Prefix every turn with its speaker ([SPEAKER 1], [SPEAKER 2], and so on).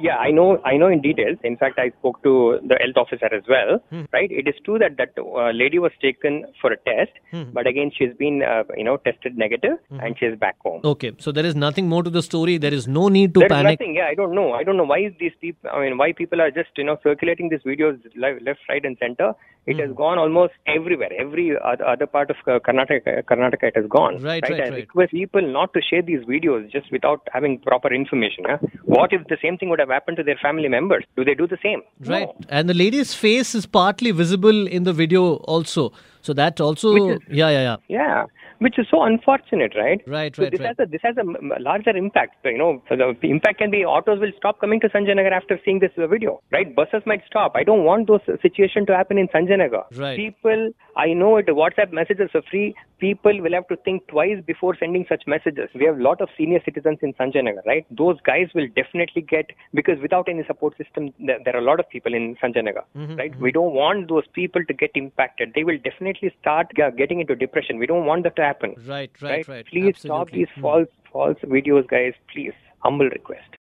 [SPEAKER 1] Yeah, I know. I know in details. In fact, I spoke to the health officer as well. Right? It is true that that uh, lady was taken for a test, but again, she's been uh, you know tested negative and she's back home.
[SPEAKER 2] Okay, so there is nothing more to the story. There is no need to
[SPEAKER 1] There is
[SPEAKER 2] panic.
[SPEAKER 1] nothing. Yeah, I don't know. I don't know why these people. I mean, why people are just you know circulating these videos li- left, right, and center. It
[SPEAKER 2] Hmm.
[SPEAKER 1] has gone almost everywhere. Every oth- other part of uh, Karnataka, Karnataka, it has gone.
[SPEAKER 2] Right, right,
[SPEAKER 1] I
[SPEAKER 2] right.
[SPEAKER 1] request people not to share these videos just without having proper information. Yeah? What if the same thing would have happened to their family members? Do they do the same?
[SPEAKER 2] Right,
[SPEAKER 1] No.
[SPEAKER 2] and the lady's face is partly visible in the video also. So that also, yeah, yeah, yeah.
[SPEAKER 1] Yeah, which is so unfortunate, right?
[SPEAKER 2] Right,
[SPEAKER 1] So
[SPEAKER 2] right,
[SPEAKER 1] this
[SPEAKER 2] right.
[SPEAKER 1] has a this has a m- m- larger impact. So, you know, so the impact can be autos will stop coming to Sanjaynagar after seeing this uh, video, right? Buses might stop. I don't want those uh, situation to happen in Sanjaynagar.
[SPEAKER 2] Right.
[SPEAKER 1] People, I know it. WhatsApp messages are free. People will have to think twice before sending such messages. We have a lot of senior citizens in Sanjaynagar, right? Those guys will definitely get because without any support system, there, there are a lot of people in Sanjaynagar,
[SPEAKER 2] Mm-hmm,
[SPEAKER 1] right? We don't want those people to get impacted. They will definitely start uh, getting into depression. We don't want that to happen
[SPEAKER 2] Right, right, right.
[SPEAKER 1] please
[SPEAKER 2] Absolutely.
[SPEAKER 1] stop these false false videos guys please humble request